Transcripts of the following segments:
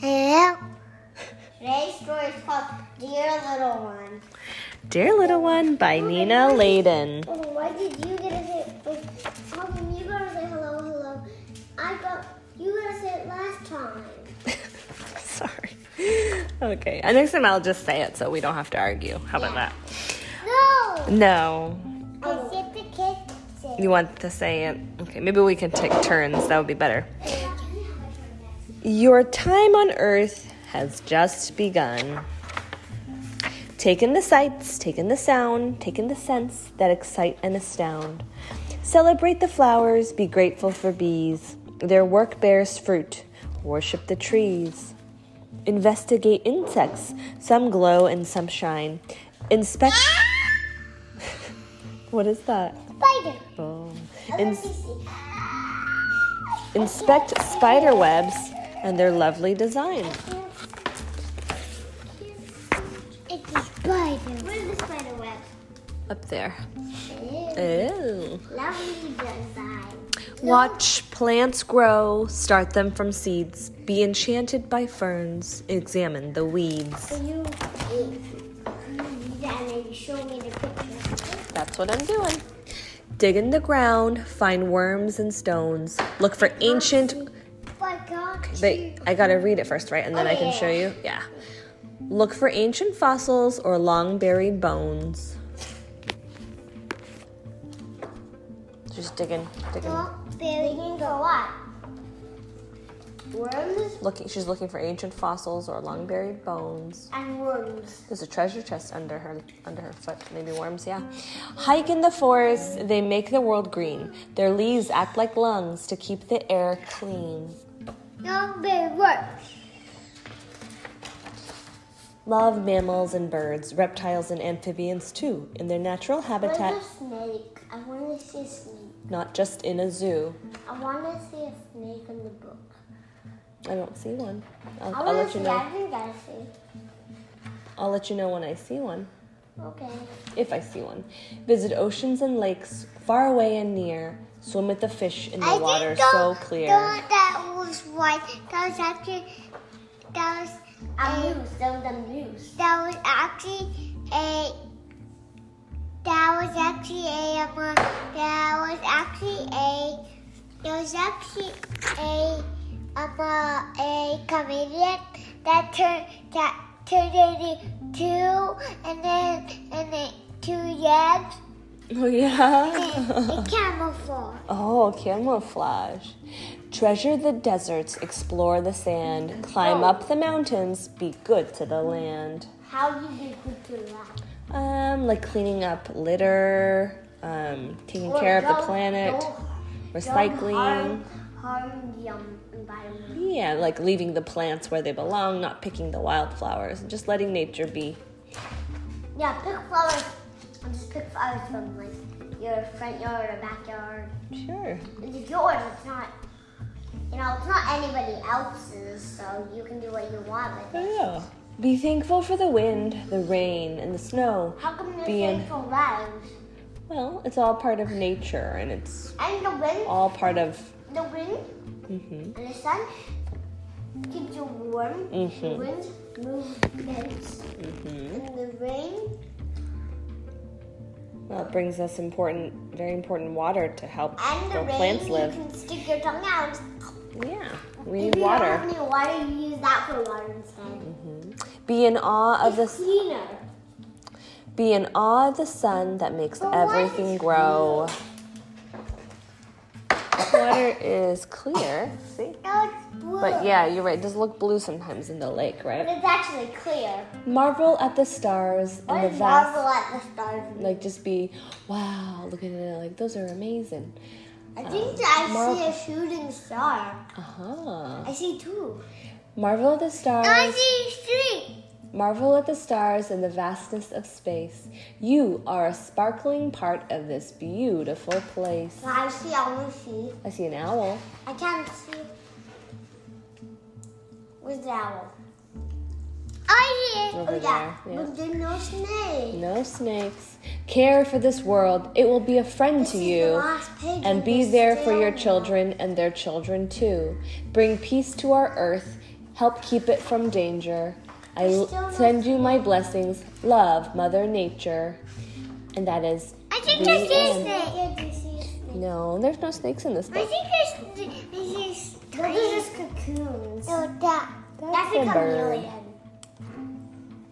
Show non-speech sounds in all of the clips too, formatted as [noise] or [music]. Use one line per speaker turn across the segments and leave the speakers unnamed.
Hello. [laughs] Today's story is called Dear Little One.
Dear Little One by Nina Layden. [laughs]
Oh, why did you get to say? How come you gotta say hello, hello? I got you gotta say it last time.
Sorry. Okay, and next time I'll just say it so we don't have to argue. How about that?
No.
No.
I said the kid [laughs] say.
You want to say it? Okay, maybe we can take turns. That would be better. Your time on Earth has just begun. Take in the sights, take in the sound, take in the scents that excite and astound. Celebrate the flowers, be grateful for bees. Their work bears fruit. Worship the trees. Investigate insects, some glow and some shine. Inspect. [laughs] what is that?
Spider.
Oh. Ins-
Sissy.
inspect spider webs and their lovely design.
It's a spider. Where's the spider web?
Up there.
Ew.
Ew.
Lovely design.
Watch plants grow, start them from seeds, be enchanted by ferns, examine the weeds.
Can you do that and then show me the picture?
That's what I'm doing. Dig in the ground, find worms and stones, look for ancient.
I got
They, I gotta read it first, right? And then I can show you. Yeah. Look for ancient fossils or long buried bones. Just digging, digging.
Beginning to what? Worms
Looking, she's looking for ancient fossils or long buried bones.
and worms.
There's a treasure chest under her under her foot. Maybe worms, yeah. Hike in the forest. They make the world green. Their leaves act like lungs to keep the air clean.
No big worms.
Love mammals and birds, reptiles and amphibians too, in their natural
Where's
habitat,
a snake? I want to see a snake.
not just in a zoo.
I want to see a snake in the book.
I don't see one. I'll,
I
I'll
want
let
to see.
you know.
I think I see.
I'll let you know when I see one.
Okay.
If I see one, visit oceans and lakes, far away and near. Swim with the fish in the water so clear.
that was right. That was actually that was a news. That was a news. That was actually a that was actually a um, uh, that was actually a there was actually a um, uh, a comedian that turned that turned it into two and then and then two yams
[laughs] Oh yeah.
[laughs] and
[laughs]
a camouflage.
Oh, camouflage. Treasure the deserts, explore the sand, climb up the mountains, be good to the land.
How do you get good to that?
Um, like cleaning up litter, um, taking
Or
care of the
don't-
planet,
don't- don't
recycling.
harm- harm the um, environment.
Yeah, like leaving the plants where they belong, not picking the wildflowers, and just letting nature be.
Yeah, pick flowers. And just pick flowers from like your front yard or backyard.
Sure.
It's yours. It's not. You know, it's not anybody else's, so you can do what you want with it.
Yeah. Be thankful for the wind, the rain, and the snow.
How come you're
Be in-
saying for flowers?
Well, it's all part of nature, and it's
And the wind,
all part of.
the wind,
hmm
and the sun keeps you warm. The
hmm
wind movements
hmm
and the rain
Well, it brings us important, very important water to help
And the
grow
rain,
plants
you
live.
can stick your tongue out.
Yeah, we
If
need
you don't
water.
have any water, you use that for water instead.
Be in awe of
It's
the
cleaner.
be in awe of the sun that makes
But water
everything
is
grow. Water is clear. See.
No, it's blue.
But yeah, you're right. It does look blue sometimes in the lake,
But
right?
it's actually clear.
Marvel at the stars
What
and the
does
vast
marvel at the stars mean?
like just be wow, look at it like those are amazing.
I
uh,
think that I
marvel.
see a shooting star.
Uh-huh.
I see two.
Marvel at the
I
stars
see three.
Marvel at the stars and the vastness of space. You are a sparkling part of this beautiful place.
Well, I see only see.
I see an owl.
I can't see. Where's the owl? Oh, yeah.
Over
oh, yeah.
there, yeah.
But there's no snake.
No snakes. Care for this world. It will be a friend
This
to
is the
you.
last page
And
of
be
this
there for your
journal.
children and their children too. Bring peace to our earth. Help keep it from danger. I
Still not-
send you my blessings. Love, Mother Nature. And that is.
I think
the
I see a
end.
snake.
No, there's no snakes in this
I
book.
think there's Those are just cocoons. No, that
That's a
a
bird.
chameleon.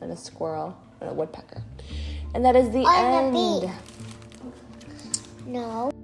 And a squirrel. And a woodpecker. And that is the
On the
end.
No.